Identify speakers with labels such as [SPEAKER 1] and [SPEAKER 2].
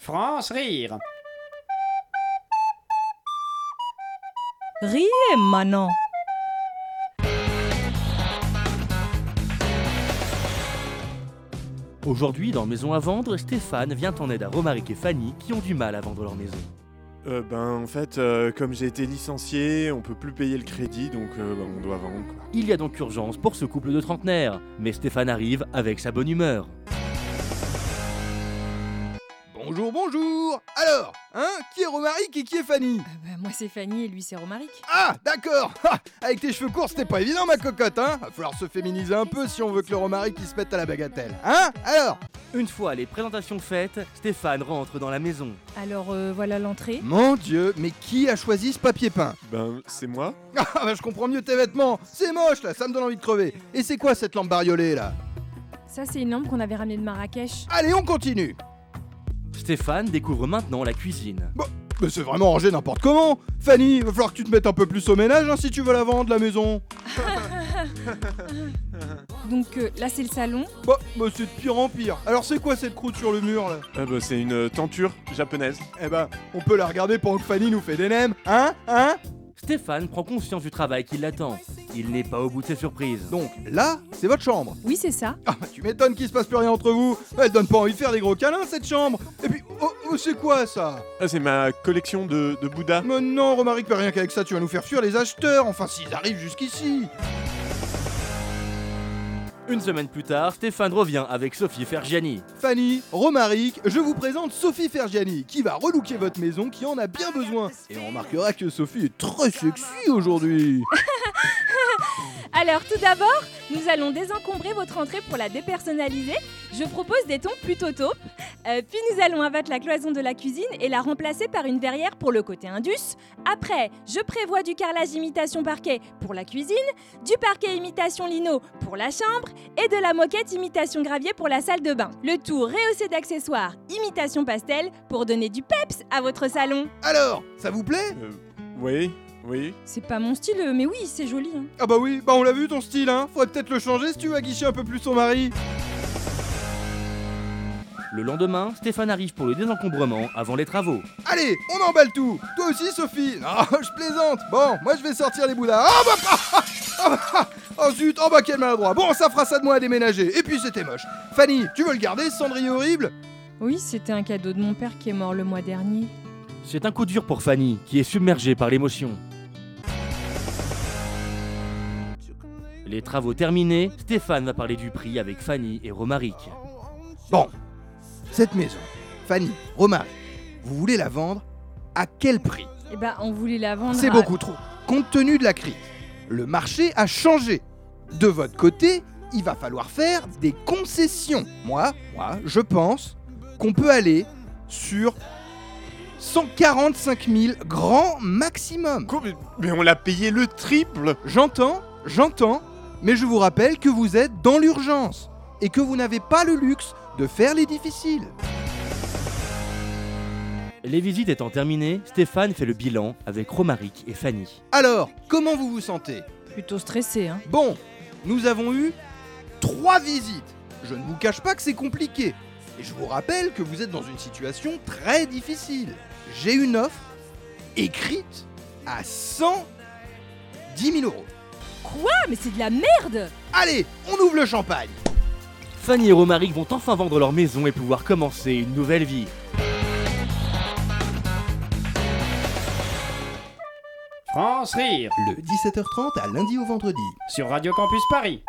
[SPEAKER 1] France Rire.
[SPEAKER 2] Riez, Manon.
[SPEAKER 3] Aujourd'hui, dans Maison à vendre, Stéphane vient en aide à Romaric et Fanny qui ont du mal à vendre leur maison.
[SPEAKER 4] Euh, ben en fait, euh, comme j'ai été licencié, on peut plus payer le crédit, donc euh, ben, on doit vendre. quoi.
[SPEAKER 3] Il y a donc urgence pour ce couple de trentenaires, mais Stéphane arrive avec sa bonne humeur.
[SPEAKER 5] Bonjour, bonjour Alors, hein, qui est Romaric et qui est Fanny
[SPEAKER 2] Ah bah, moi, c'est Fanny et lui, c'est Romaric.
[SPEAKER 5] Ah, d'accord Ha Avec tes cheveux courts, c'était pas évident, ma cocotte, hein Va falloir se féminiser un peu si on veut que le Romaric il se mette à la bagatelle. Hein Alors
[SPEAKER 3] Une fois les présentations faites, Stéphane rentre dans la maison.
[SPEAKER 2] Alors, euh, voilà l'entrée.
[SPEAKER 5] Mon Dieu, mais qui a choisi ce papier peint
[SPEAKER 4] Ben c'est moi.
[SPEAKER 5] Ah, bah je comprends mieux tes vêtements C'est moche, là, ça me donne envie de crever Et c'est quoi cette lampe bariolée, là
[SPEAKER 2] Ça, c'est une lampe qu'on avait ramenée de Marrakech.
[SPEAKER 5] Allez, on continue
[SPEAKER 3] Stéphane découvre maintenant la cuisine.
[SPEAKER 5] Mais c'est vraiment rangé n'importe comment Fanny, va falloir que tu te mettes un peu plus au ménage, hein, si tu veux la vendre, la maison
[SPEAKER 2] Donc, euh, là, c'est le salon.
[SPEAKER 5] Bah, bah c'est de pire en pire Alors c'est quoi cette croûte sur le mur, là
[SPEAKER 4] Ah, ben, c'est une euh, tenture japonaise.
[SPEAKER 5] Eh ben, on peut la regarder pendant que Fanny nous fait des nems, hein Hein
[SPEAKER 3] Stéphane prend conscience du travail qui l'attend. Il n'est pas au bout de ses surprises.
[SPEAKER 5] Donc là, c'est votre chambre.
[SPEAKER 2] Oui, c'est ça.
[SPEAKER 5] Ah bah tu m'étonnes qu'il se passe plus rien entre vous. Elle donne pas envie de faire des gros câlins cette chambre. Et puis, oh, oh, c'est quoi ça
[SPEAKER 4] Ah, c'est ma collection de, de Bouddha.
[SPEAKER 5] Mais non, Romaric, pas rien qu'avec ça, tu vas nous faire fuir les acheteurs. Enfin, s'ils arrivent jusqu'ici.
[SPEAKER 3] Une semaine plus tard, Stéphane revient avec Sophie Fergiani.
[SPEAKER 5] Fanny, Romaric, je vous présente Sophie Fergiani, qui va relooker votre maison, qui en a bien besoin. Et on remarquera que Sophie est très sexy aujourd'hui.
[SPEAKER 6] Alors tout d'abord, nous allons désencombrer votre entrée pour la dépersonnaliser. Je propose des tons plutôt taupes. Euh, puis nous allons abattre la cloison de la cuisine et la remplacer par une verrière pour le côté indus. Après, je prévois du carrelage imitation parquet pour la cuisine, du parquet imitation lino pour la chambre et de la moquette imitation gravier pour la salle de bain. Le tout rehaussé d'accessoires imitation pastel pour donner du peps à votre salon.
[SPEAKER 5] Alors, ça vous plaît
[SPEAKER 4] Euh, oui, oui.
[SPEAKER 2] C'est pas mon style, mais oui, c'est joli. hein.
[SPEAKER 5] Ah bah oui, bah on l'a vu ton style, hein. Faudrait peut-être le changer si tu veux aguicher un peu plus son mari.
[SPEAKER 3] Le lendemain, Stéphane arrive pour le désencombrement avant les travaux.
[SPEAKER 5] Allez, on emballe tout Toi aussi, Sophie Non, je plaisante Bon, moi, je vais sortir les bouddhas. Ah bah, ah, ah, ah, ah, oh zut Oh bah, quel maladroit Bon, ça fera ça de moi à déménager. Et puis, c'était moche. Fanny, tu veux le garder, ce cendrier horrible
[SPEAKER 2] Oui, c'était un cadeau de mon père qui est mort le mois dernier.
[SPEAKER 3] C'est un coup dur pour Fanny, qui est submergée par l'émotion. Les travaux terminés, Stéphane va parler du prix avec Fanny et Romaric.
[SPEAKER 5] Bon, cette maison, Fanny, Romaric, vous voulez la vendre À quel prix
[SPEAKER 2] Eh ben, on voulait la vendre.
[SPEAKER 5] C'est
[SPEAKER 2] à-
[SPEAKER 5] beaucoup trop. Compte tenu de la crise, le marché a changé. De votre côté, il va falloir faire des concessions. Moi, moi, je pense qu'on peut aller sur 145 000 grand maximum.
[SPEAKER 4] Quoi, mais, mais on l'a payé le triple
[SPEAKER 5] J'entends, j'entends, mais je vous rappelle que vous êtes dans l'urgence et que vous n'avez pas le luxe de faire les difficiles.
[SPEAKER 3] Les visites étant terminées, Stéphane fait le bilan avec Romaric et Fanny.
[SPEAKER 5] Alors, comment vous vous sentez
[SPEAKER 2] Plutôt stressé, hein.
[SPEAKER 5] Bon, nous avons eu trois visites. Je ne vous cache pas que c'est compliqué. Et je vous rappelle que vous êtes dans une situation très difficile. J'ai une offre écrite à 110 000 euros.
[SPEAKER 6] Quoi Mais c'est de la merde
[SPEAKER 5] Allez, on ouvre le champagne.
[SPEAKER 3] Fanny et Romaric vont enfin vendre leur maison et pouvoir commencer une nouvelle vie.
[SPEAKER 1] France Rire
[SPEAKER 7] Le 17h30 à lundi au vendredi.
[SPEAKER 1] sur Radio Campus Paris.